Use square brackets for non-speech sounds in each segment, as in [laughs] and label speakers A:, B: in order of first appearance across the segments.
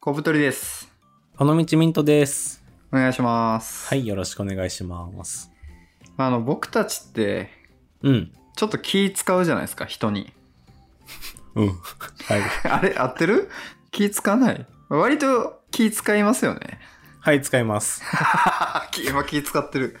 A: 小太りです。
B: 尾道ミントです。
A: お願いします。
B: はい、よろしくお願いします。
A: あの、僕たちって、
B: うん。
A: ちょっと気使うじゃないですか、人に。 [laughs]
B: うん。 [laughs] はい。
A: あれ、合ってる気使わない割と気使いますよね。 [laughs]
B: はい、使います。
A: 気今気使ってる。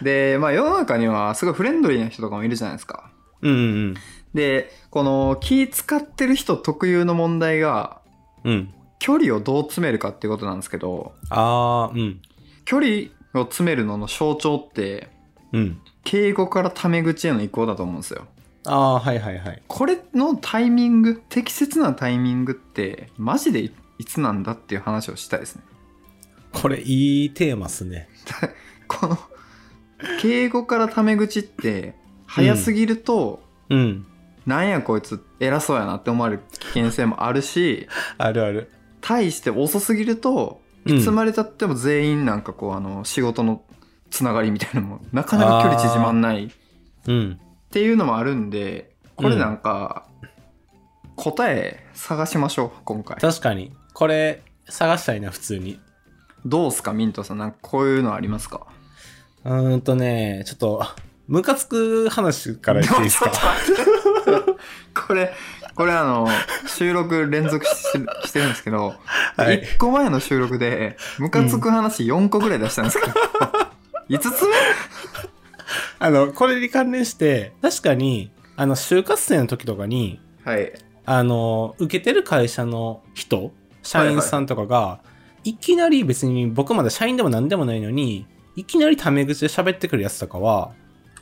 A: で、まあ世の中にはすごいフレンドリーな人とかもいるじゃないですか。
B: うんうん
A: で、この気使ってる人特有の問題が、
B: うん。うん。
A: 距離をどう詰めるかっていうことなんですけど、
B: あー、うん。
A: 距離を詰めるのの象徴って、
B: うん。
A: 敬語からタメ口への移行だと思うんですよ。
B: あー、はいはいはい。
A: これのタイミング適切なタイミングってマジでいいつなんだっていう話をしたいですね
B: これ、いいテーマっすね。
A: この敬語からタメ口って早すぎると、
B: うん。
A: なんやこいつ偉そうやなって思われる危険性もあるし
B: あるある。
A: 対して遅すぎると
B: うん
A: いつまでたっても全員なんかこうあの仕事のつながりみたいなのもなかなか距離縮まんないっ
B: うん。
A: ていうのもあるんでこれなんか答え探しましょう今回。
B: 確かに。これ、探したいな、普通に。
A: どうすかミントさんなんかこういうのありますか
B: うーんとね、ちょっと、ムカつく話から言っていいです
A: ちょ
B: [laughs] か
A: っと待って [laughs] これこれあの収録連続ししてるんですけど、
B: はい
A: 1個前の収録でムカつく話4個ぐらい出したんですけど、5つ目
B: あの、これに関連して、確かに、あの、就活生の時とかに、
A: はい
B: あの、受けてる会社の人、社員さんとかが、いきなり別に僕まだ社員でも何でもないのに、いきなりタメ口で喋ってくるやつとかは、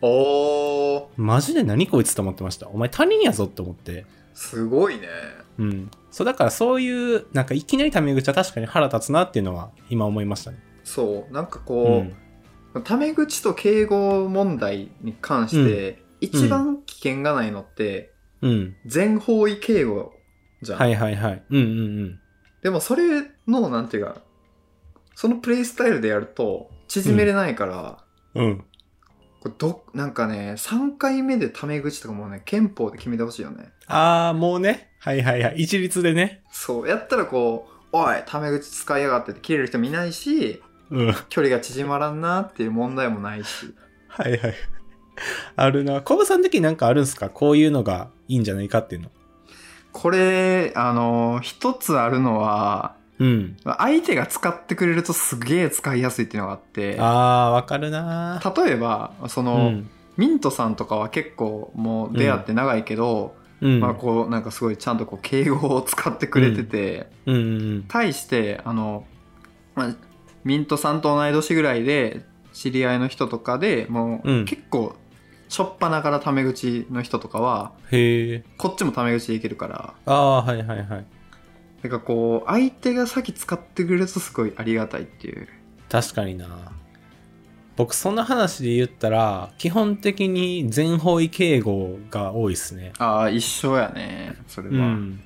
A: おお
B: マジで何こいつと思ってました。お前他人やぞって思って。
A: すごいね
B: うん。そうだからそういう、なんかいきなりタメ口は確かに腹立つなっていうのは今思いましたね。
A: そうなんか
B: う
A: こ
B: ん。
A: う、タメ口と敬語問題に関して、一番危険がないのって
B: うん。
A: 全方位敬語じゃん、
B: はいはいはい。うんうんうん。
A: でもそれのなんていうかそのプレイスタイルでやると縮めれないから、
B: うん。
A: これどなんかね3回目でタメ口とかもね憲法で決めてほしいよね
B: あー、もうね。はいはいはい。一律でね。
A: そうやったらこう「おいタメ口使いやがって」って切れる人もいないし
B: うん。
A: 距離が縮まらんなっていう問題もないし
B: はいはい。あるな。コブさん的になんかあるんすかこういうのがいいんじゃないかっていうの。
A: これあの一つあるのは
B: うん。
A: 相手が使ってくれるとすげえ使いやすいっていうのがあって
B: あー、わかるなー。
A: 例えばそうの、
B: ん。
A: ミントさんとかは結構もう出会って長いけど、
B: うん。
A: まあこうなんかすごいちゃんとこう敬語を使ってくれてて、
B: うんうん
A: 対してあの、まあ、ミントさんと同い年ぐらいで知り合いの人とかでも
B: う
A: うん結構しょっぱなからタメ口の人とかは
B: うん。へえ。
A: こっちもタメ口でいけるから
B: ああー、はいはいはい。
A: なんかこう相手が先使ってくれるとすごいありがたいっていう
B: 確かにな。僕、そんな話で言ったら、基本的に全方位敬語が多いですね。
A: ああ一緒やねそれは、
B: うん。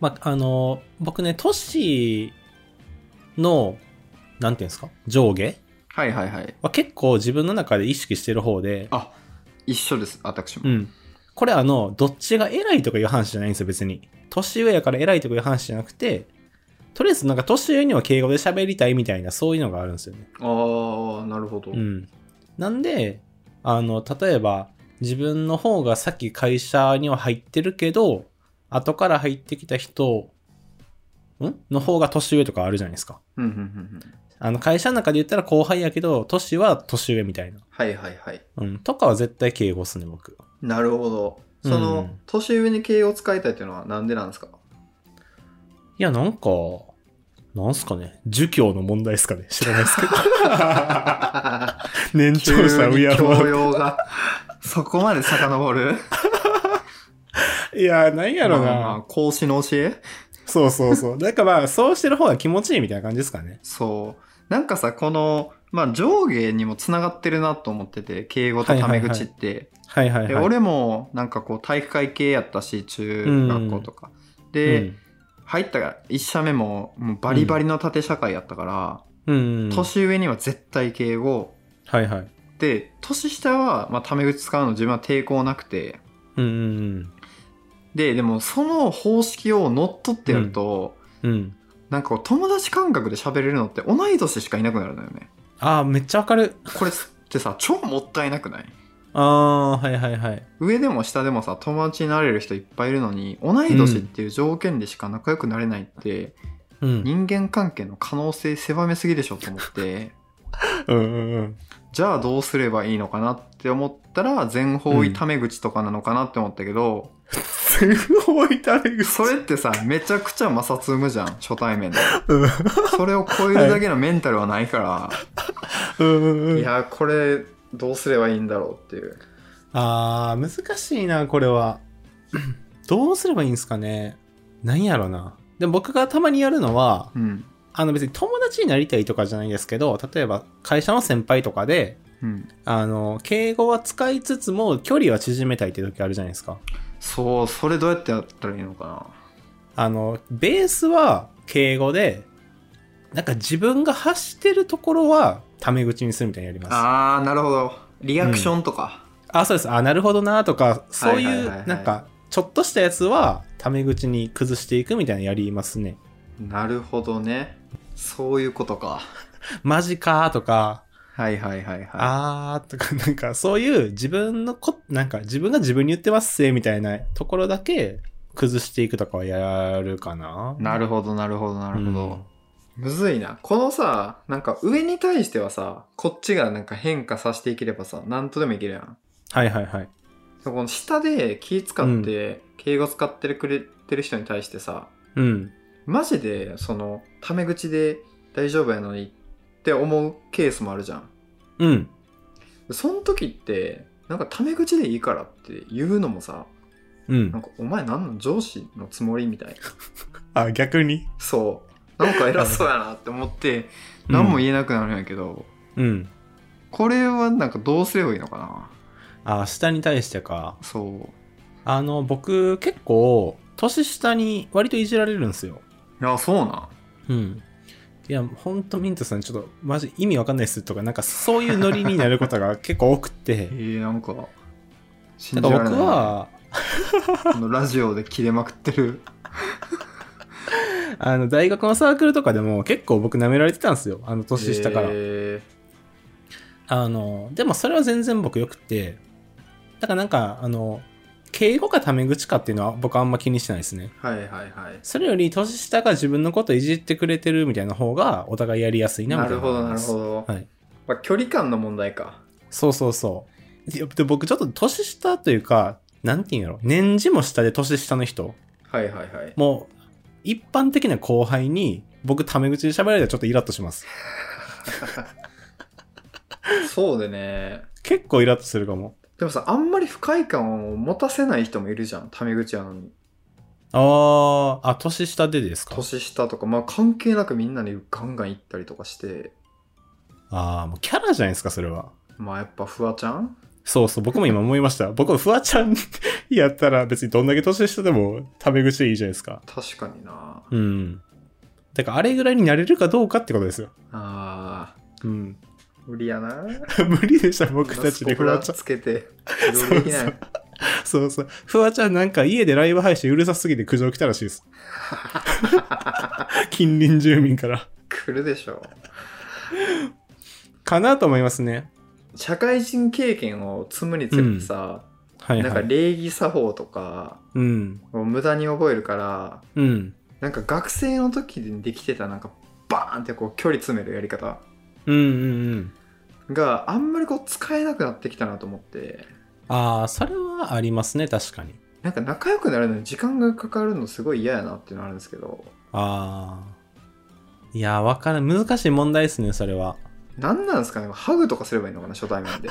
B: まあ、あの、僕ね、都市の、なんていうんですか上下
A: はいはいはい
B: は結構自分の中で意識してる方で、
A: あ一緒です私も、
B: うん。これあの、どっちが偉いとかいう話じゃないんですよ、別に。年上やから偉いとかいう話じゃなくて、とりあえずなんか年上には敬語で喋りたいみたいな、そういうのがあるんですよね。
A: ああなるほど、
B: うん。なんで、あの、例えば、自分の方がさっき会社には入ってるけど、後から入ってきた人、んの方が年上とかあるじゃないですか。
A: うんうんうんうん
B: あの、会社の中で言ったら後輩やけど、年は年上みたいな。
A: はいはいはい
B: うん。とかは絶対敬語っすね、僕。
A: なるほど。その、
B: うん
A: 年上に敬語を使いたいというのはなんでなん
B: [laughs]
A: ですか
B: いや、なんか、なんすかね。儒教の問題ですかね。知らないで
A: [laughs]
B: すけど。年
A: 急
B: 長者を
A: に
B: 敬
A: 教
B: う。
A: 養が、そこまで遡る
B: いや、なんやろな、
A: まあまあ孔子の教え
B: そうそうそう。だからまあ、そうしてる方が気持ちいいみたいな感じですかね。
A: そう。なんかさ、この、まあ上下にもつながってるなと思ってて、敬語とタメ口って。
B: はいはいはい。
A: で俺もなんかこう体育会系やったし、中学校とか。で、入った一社目ももうバリバリの縦社会やったから、
B: うん、うん。
A: 年上には絶対敬語、
B: はいはい。
A: で年下は、まあ、タメ口使うの自分は抵抗なくて
B: うんうんうん。
A: ででもその方式を乗っ取ってやると、
B: うん。
A: なんかこう友達感覚で喋れるのって同い年しかいなくなるのよね
B: ああ、めっちゃわかる。
A: これってさ [laughs] 超もったいなくない
B: ああー、はいはいはい。
A: 上でも下でもさ友達になれる人いっぱいいるのに同い年っていう条件でしか仲良くなれないって、
B: うん。
A: 人間関係の可能性狭めすぎでしょと思って [laughs]
B: うんうんうん。
A: じゃあどうすればいいのかなって思ったら全方位タメ口とかなのかなって思ったけど、
B: すごいタメ口。
A: それってさめちゃくちゃ摩擦生むじゃん初対面で
B: うん
A: それを超えるだけのメンタルはないから、
B: うんうん
A: い、
B: うん。
A: やこれどうすればいいんだろうっていう
B: ああ、難しいな、これは。どうすればいいんですかね。なんやろな。でも僕がたまにやるのは、
A: うん
B: あの別に友達になりたいとかじゃないですけど、例えば会社の先輩とかで、
A: うん
B: あの、敬語は使いつつも距離は縮めたいって時あるじゃないですか。
A: そうそれどうやってやったらいいのか
B: あの、ベースは敬語で、なんか自分が発してるところはタメ口にするみたいにやります。あ
A: なあーなるほどリアクションとか、
B: そうです。あ、なるほどなとか、そうい
A: はいは
B: う
A: いはいは、い
B: なんか、ちょっとしたやつはタメ口に崩していくみたいなのやりますね。
A: なるほどねそういうことか
B: マジかーとか、
A: はいはいはいは
B: あーとか、 [laughs] なんかそういう自分のこ、なんか自分が自分に言ってますせみたいなところだけ崩していくとかはやるかない
A: なるほどなるほどなるほ
B: うん
A: ど、むずいなこのさなんか上に対してはさこっちがなんか変化させていければさ何とでもいけるやん
B: はいはいはい。
A: そこの下で気使って敬語使ってくれてる人に対してさ、
B: うん。
A: マジでそのタメ口で大丈夫やのにって思うケースもあるじゃん
B: うん。
A: その時ってなんかタメ口でいいからって言うのもさ
B: うん
A: なん。かお前なんなん上司のつもりみたいな
B: あ、逆に
A: そうなんか偉そうやなって思って何も言えなくなるんやけど、
B: うん。
A: これはなんかどうすればいいのかな
B: あ、下に対してか。
A: そう
B: あの、僕、結構、年下に割といじられるんですよ。
A: いやそうなん
B: うん。いや、ほんとミントさん、ちょっと、マジ意味わかんないっすとか、なんかそういうノリになることが [laughs] 結構多くて
A: え。ー、なんか
B: な
A: 信
B: んか
A: じられ
B: 僕
A: ない
B: は、
A: このラジオで切れまくってる
B: あの、大学のサークルとかでも結構僕舐められてたんですよ。あの、年下から。
A: え
B: あの、でもそれは全然僕良くて、だからなんか、あの、敬語かタメ口かっていうのは僕あんま気にしてないですね。
A: ーはいはいはい
B: それより年下が自分のこといじってくれてるみたいな方がお互いやりやすいなみ
A: な
B: たいな
A: るほどなるほ
B: ど。
A: ど、
B: はい
A: まあ、距離感の問題か
B: そうそうそう。でで僕ちょっと年下というか、なんていうんやろ、年次も下で年下の人、
A: はいはいはい
B: もう一般的な後輩に僕タメ口で喋られたらちょっとイラッとします。
A: そうでね
B: 結構イラッとするかも。
A: でもさあんまり不快感を持たせない人もいるじゃんタメ口なのに
B: ああ、あ、年下でですか
A: 年下とかまあ関係なくみんなにガンガン行ったりとかして
B: ああ、もうキャラじゃないですか、それは。
A: まあやっぱフワちゃん
B: そうそう、僕も今思いました。僕もフワちゃんやったら別にどんだけ年下でもタメ口でいいじゃないですか。
A: 確かにな
B: うん。だからあれぐらいになれるかどうかってことですよ。
A: あ
B: うん。 [laughs]
A: ー無理やな
B: 無理でした、僕たちで
A: フ
B: フ
A: ワ
B: ワち
A: ち
B: ゃ
A: ゃん。
B: ん
A: つけて自動できない
B: そうそうそう。フワちゃんなんか家でライブ配信うるさすぎて苦情来たらしい [laughs] です。近隣住民から。
A: 来るでしょ
B: かなと思いますね。
A: 社会人経験を積むにつれてさ、
B: はい
A: なんか
B: はい。
A: 礼儀作法とか
B: うん。
A: を無駄に覚えるから
B: うん。
A: なんか学生の時にできてたなんかバーンってこう距離詰めるやり方
B: うんうんうん。
A: があんまりこう使えなくなってきたなと思って
B: ああ、それはありますね、確かに。
A: なんか仲良くなるのに時間がかかるのすごい嫌やなっていうのあるんですけど
B: ああ。いやー、わからん。難しい問題ですね、それは。
A: なんなんですかねハグとかすればいいのかな初対面で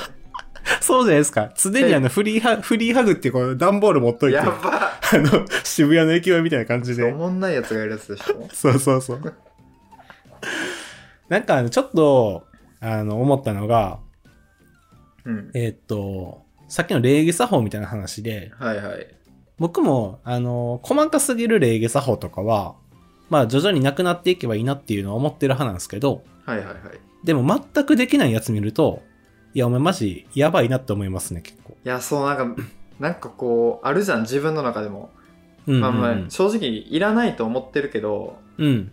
B: そうじゃないですか。すでにあの、フリーハグ、フリーハグっていうこの段ボール持っといて、
A: や
B: あ
A: ば
B: の、渋谷の駅前みたいな感じ
A: お
B: で。
A: もんないやつがやるやつでしょ
B: そうそうそう。なんかあの、ちょっと、あの、思ったのが、
A: うん
B: えーっと、さっきの礼儀作法みたいな話で、
A: はいはい
B: 僕も、あの、細かすぎる礼儀作法とかは、まあ、徐々になくなっていけばいいなっていうのは思ってる派なんですけど、
A: はいはいはい
B: でも全くできないやつ見ると、いや、お前マジやばいなって思いますね、結構。
A: いやそうなんかなんかこうあるじゃん自分の中でも
B: うんうんうん
A: まあまあ、正直いらないと思ってるけど、
B: うん。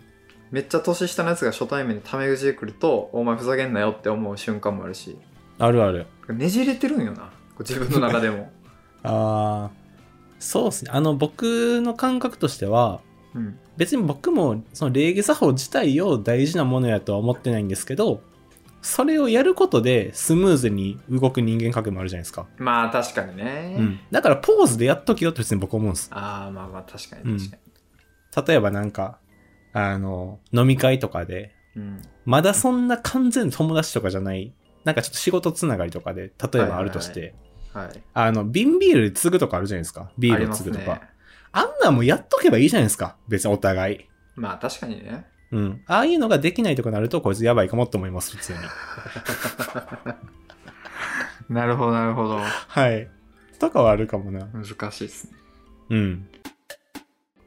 A: めっちゃ年下のやつが初対面でタメ口で来ると、お前ふざけんなよって思う瞬間もあるし、
B: あるある。
A: ねじれてるんよな、こう自分の中で [laughs] も。
B: ああ、そうですね。あの、僕の感覚としては、
A: うん。
B: 別に僕もその礼儀作法自体を大事なものやとは思ってないんですけど、それをやることでスムーズに動く人間関係もあるじゃないですか。
A: まあ確かにね。
B: うん。だからポーズでやっときよって別に僕思うんです。
A: ああ、まあまあ確かに確か
B: 例えばなんか、あの、飲み会とかで、
A: に。うん。
B: まだそんな完全友達とかじゃない、なんかちょっと仕事つながりとかで、例えばあるとして、
A: はい。
B: あの、瓶ビール継ぐとかあるじゃないですか。ビールを継ぐと
A: あり
B: か。
A: ま
B: あ,、
A: すね。
B: んなんもやっとけばいいじゃないですか。別にお互い。
A: まあ確かにね。
B: うん。ああいうのができないとかなると、こいつやばいかもって思います、普通に。
A: なるほどなるほど。
B: はい。とかはあるかもな。
A: 難しいですね。
B: うん。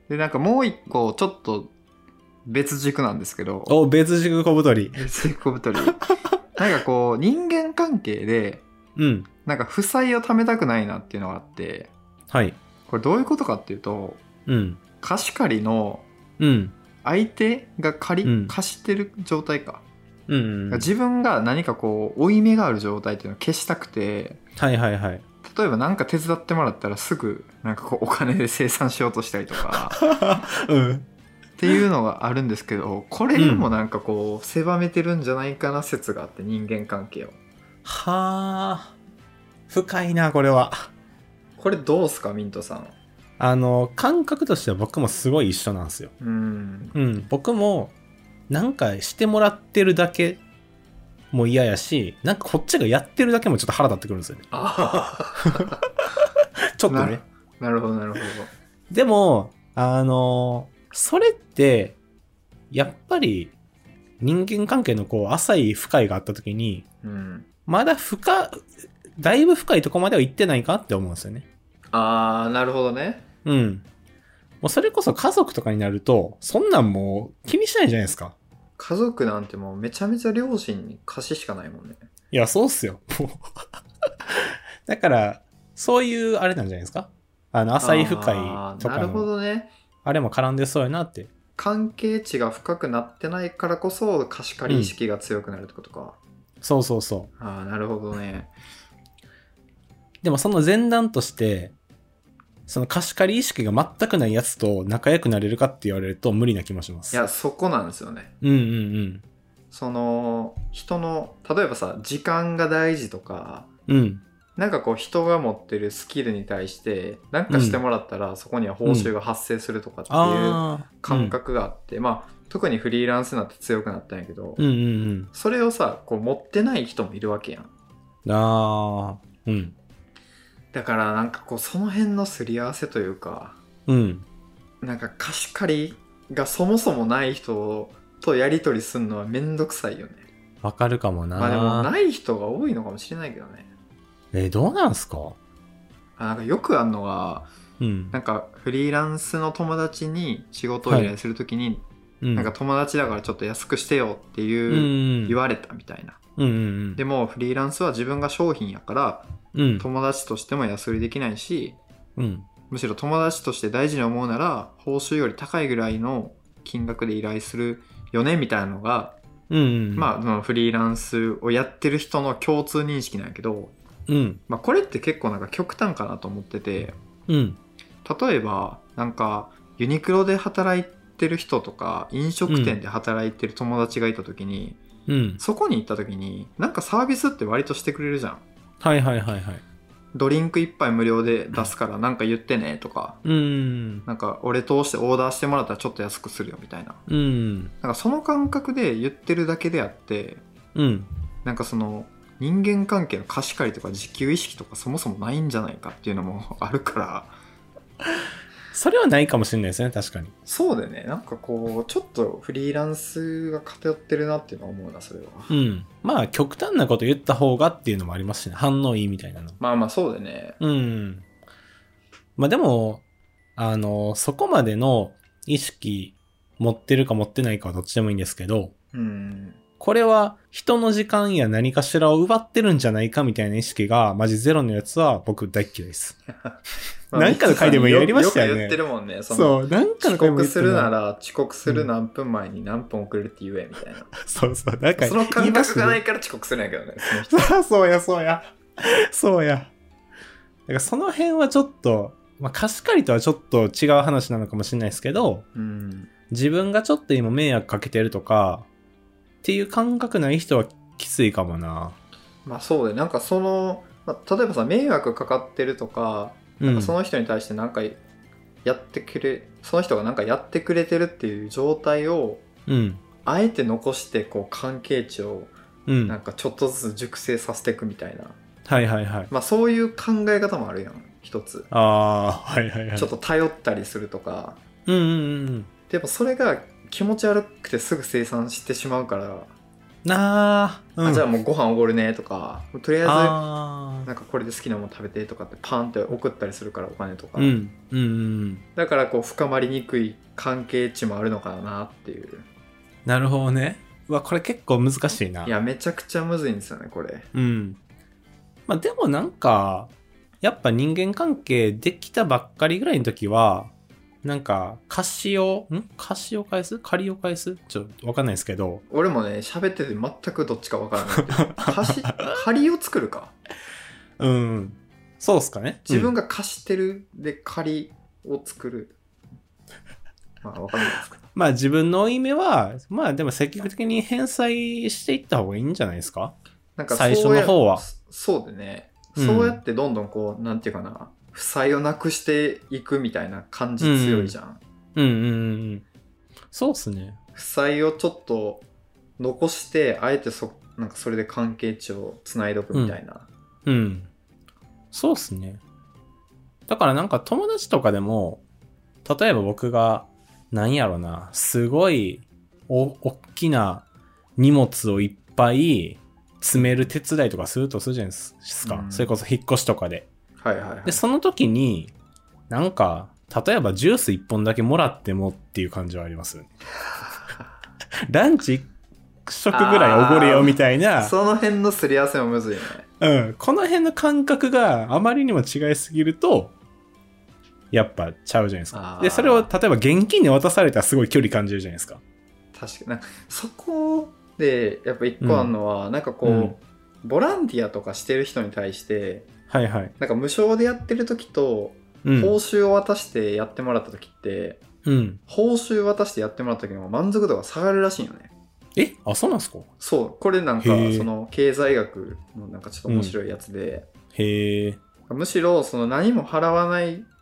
A: で、なんかもう一個、ちょっと別軸なんですけど、
B: お、別軸小太り。
A: 別軸小太り。 [laughs] なんかこう、人間関係で、
B: うん。
A: なんか負債を貯めたくないなっていうのがあって、
B: はい。
A: これどういうことかっていうと、
B: うん。
A: 貸し借りの
B: うん。
A: 相手が借り、
B: うん
A: 貸してる状態か。
B: うんうんうん。
A: 自分が何かこう、負い目がある状態っていうのを消したくて、
B: はいはいはい。
A: 例えば何か手伝ってもらったらすぐなんかこうお金で生産しようとしたりと
B: [laughs]
A: か
B: うん。
A: っていうのがあるんですけどこれにもなんかこう狭めてるんじゃないかな説があって人間関係を
B: はあ。深いな、これは。
A: これどうすかミントさん
B: あの、感覚としては僕もすごい一緒なんですよ。
A: うん
B: うん、僕も、なんかしてもらってるだけも嫌やし、なんかこっちがやってるだけもちょっと腹立ってくるんですよね。
A: あ
B: ちょっと
A: なる
B: ね。
A: あなるほどなるほど
B: でも、あの、それって、やっぱり、人間関係のこう、浅い深いがあった時に、
A: うん
B: まだ深、だいぶ深いとこまでは行ってないかって思うんですよね。
A: ああなるほどね
B: うん。もうそれこそ家族とかになると、そんなんもう気にしないじゃないですか。
A: 家族なんてもうめちゃめちゃ両親に貸ししかないもんね
B: いや、そうっすよ。もう [laughs] だから、そういうあれなんじゃないですかあの、浅い深い
A: あー
B: と
A: な
B: か
A: るほ
B: の、
A: どね
B: あれも絡んでそうやなって。
A: 関係値が深くなってないからこそ貸し借り意識が強くなるってことか、
B: そうそうそ
A: ああなるほどね
B: う。でもその前段として、その貸し借り意識が全くないやつと仲良くなれるかって言われると無理な気もします。
A: いやそこなんですよね
B: うんうんうん。
A: その人の例えばさ時間が大事とか
B: うん。
A: なんかこう人が持ってるスキルに対して何かしてもらったら、そこには報酬が発生するとかっていう
B: ああ。
A: 感覚があって、まあ特にフリーランスになって強くなったんやけど、
B: うん。うんうん
A: それをさこう持ってない人もいるわけやん
B: うん。ああ。うん。
A: だからなんかこうその辺のすり合わせというか
B: うん。
A: なんか貸し借りがそもそもない人とやり取りするのはめんどくさいよね
B: わかるかもな。
A: まあでもない人が多いのかもしれないけどね
B: え、どうなんすか
A: あなんかよくあるのが
B: うん
A: な。んかフリーランスの友達に仕事を依頼するときに、
B: な
A: なんか、友達だからちょっと安くしてよって
B: う
A: いう、
B: ん。
A: 言われたみたいな
B: うんうん
A: でもフリーランスは自分が商品やから
B: うん。うん。
A: 友達としても安売りできないし
B: うん。
A: むしろ友達として大事に思うなら報酬より高いぐらいの金額で依頼するよねみたいなのが、
B: うんうん。
A: まあそのフリーランスをやってる人の共通認識なんやけど、
B: うん。
A: まあ、これって結構なんか極端かなと思ってて
B: うん。
A: 例えばなんかユニクロで働いてる人とか飲食店で働いてる友達がいた時に、
B: うん。
A: そこに行った時になんかサービスって割としてくれるじゃん
B: はいはいはいはい。
A: ドリンク一杯無料で出すからなんか言ってねとか
B: うん。
A: なんか俺通してオーダーしてもらったらちょっと安くするよみたいな
B: う
A: な
B: ん。
A: んかその感覚で言ってるだけであって
B: うん。
A: なんかその人間関係の貸し借りとか自給意識とかそもそもないんじゃないかっていうのもあるから
B: それはないかもしれないですね、確かに。
A: そうだよねなんかこうちょっとフリーランスが偏ってるなっていうのは思うなそれは
B: うん。まあ、極端なこと言った方がっていうのもありますしね。反応いいみたいなの。
A: まあまあそうだよね
B: うん。まあでも、あの、そこまでの意識持ってるか持ってないかはどっちでもいいんですけど、
A: うん
B: これは人の時間や何かしらを奪ってるんじゃないかみたいな意識がマジゼロのやつは僕大っ嫌いです。なんかの回でもやりましたよね
A: く言ってるもんね。その
B: そう、なんかの
A: 遅
B: 回
A: 刻
B: も言って
A: す
B: た
A: るなら遅刻する何分前に何分遅れるって言えみたいな。
B: そうそう、なんか
A: その
B: 言い
A: 感
B: まし
A: 覚
B: たね
A: がないから遅刻するんやけどね。その人
B: そう [laughs] そうや、そうや。そうや。だからその辺はちょっと、まあ、貸し借りとはちょっと違う話なのかもしれないですけど、
A: うん。
B: 自分がちょっと今迷惑かけてるとか、っていう感覚ない人はきついかもな。
A: まあそうで、なんかその、まあ、例えばさ、迷惑かかってるとか、
B: うん。
A: その人に対して何かやってくれ、その人が何かやってくれてるっていう状態を、
B: うん。
A: あえて残してこう関係値を
B: うん。
A: なんかちょっとずつ熟成させていくみたいな、
B: はいはいはい。
A: まあそういう考え方もあるやん一つ
B: ああー、はいはいはい。
A: ちょっと頼ったりするとか
B: うんうんうん
A: でもそれが気持ち悪くてすぐ生産してしまうから、
B: うん。なあ、うん、
A: あじゃあもうご飯おごるねとかとりあえず
B: あ
A: なんかこれで好きなもの食べてとかってパンって送ったりするからお金とか、
B: ーうんうんうん。
A: だからこう深まりにくい関係値もあるのかなっていう
B: なるほどね。うわ、これ結構難しいな。
A: いやめちゃくちゃむずいんですよねこれ
B: うん。まあでもなんか、やっぱ人間関係できたばっかりぐらいの時は、なんか、貸しを、ん貸しを返す借りを返すちょっとわかんないですけど、
A: 俺もね喋ってて全くどっちかわからない
B: [laughs]
A: けど貸し借りを作るか
B: うん。そうっすかね
A: 自分
B: が、
A: が貸してるで借りを作る、まあわかんないですけど
B: まあ自分の負い目は、まあでも積極的に返済していった方がいいんじゃないですか
A: なんか
B: 最初の
A: そうや
B: 方は
A: そそうでね、
B: うん
A: そうやってどんどんこうなんていうかな負債をなくしていくみたいな感じ強いじゃん、
B: うんうんうんうん。そうっすね。
A: 負債をちょっと残してあえてそなんかそれで関係値をつないどくみたいな、
B: うん。そうっすね。だからなんか友達とかでも、例えば僕が、なんやろな、すごい、お、おっきな荷物をいっぱい詰める手伝いとかするとするじゃないですか。
A: うん
B: それこそ引っ越しとかで。
A: はいはいはい
B: で、その時に、なんか、例えばジュース1本だけもらってもっていう感じはありますよ
A: [laughs]
B: ね。ランチ1食ぐらいおごれよみたいな。
A: その辺のすり合わせもむずいよね
B: うん、この辺の感覚があまりにも違いすぎると、やっぱちゃうじゃないですか
A: あ。ー
B: で、それを例えば現金で渡されたらすごい距離感じるじゃないですか。
A: 確かになんかそこでやっぱ一個あるのは、なんかこう、
B: うん
A: ボランティアとかしてる人に対して
B: はいはい。
A: なんか無償でやってる時と
B: うん。
A: 報酬を渡してやってもらった時って、
B: うん、
A: 報酬渡してやってもらった時の満足度が下がるらしいよね
B: えあ、そうなんすか
A: そうこれなんか
B: へー
A: その経済学のなんかちょっと面白いやつで、
B: へえ。
A: むしろその何も払わな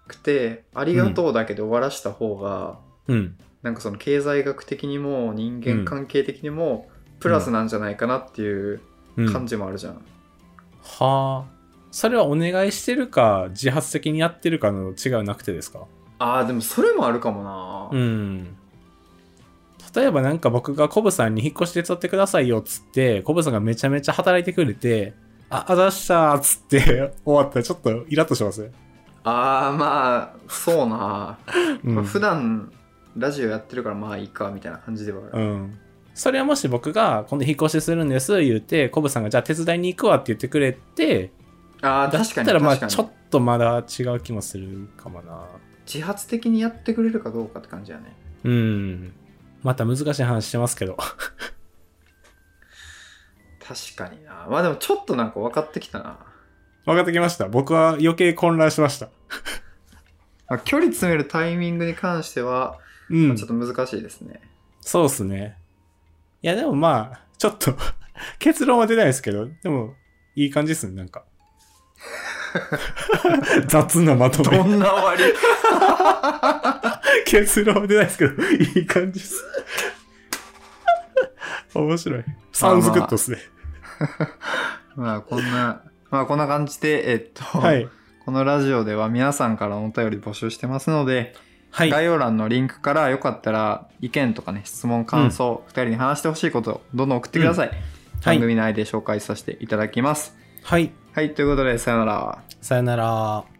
A: くてありがとうだけで終わらした方が、
B: うん。
A: なんかその経済学的にも人間関係的にもプラスなんじゃないかなっていう
B: うん、
A: 感じもあるじゃん、
B: はあ。それはお願いしてるか、自発的にやってるかの違いはなくてですか
A: あーでもそれもあるかもな、
B: うん。例えばなんか僕がコブさんに引っ越し手伝ってくださいよっつって、コブさんがめちゃめちゃ働いてくれて、あ、あざしたーっつって [laughs] 終わったらちょっとイラッとしますね。
A: あーまあそうな、
B: う
A: まあ。
B: ん
A: 普段ラジオやってるからまあいいかみたいな感じではある、
B: うん。それはもし僕が今度引っ越しするんです言うて、コブさんがじゃあ手伝いに行くわって言ってくれて、
A: ああ
B: だっ
A: 確かに
B: たらまあ
A: 確か
B: ちょ
A: に
B: っとまだ違う気もするかもな。
A: 自発的にやってくれるかどうかって感じやね
B: うん。また難しい話してますけど。
A: 確かになまあでもちょっとなんか分かってきたな、
B: [laughs] 分かってきました。僕は余計混乱しました。
A: まあ、距離詰めるタイミングに関しては、
B: うん。
A: まあちょっと難しいですね
B: そうっすね。いや、でもまあ、ちょっと、 [laughs] 結論は出ないですけど、でも、いい感じっすね、なんか。 [laughs] 雑なまと
A: ど
B: め。
A: んな終わり [laughs]
B: 結論は出ないですけど、いい感じっす。面白い。サウンズグッドっすね。
A: まあこんな [laughs] まあこんな感じでえっと、
B: はい。
A: このラジオでは皆さんからのお便り募集してますので、
B: はい。
A: 概要欄のリンクからよかったら意見とかね質問感想、2人に話してほしいことどんどん送ってください、
B: は
A: 番
B: い。
A: 組内で紹介させていただきます
B: はい。
A: はい、ということでさよなら
B: さよなら。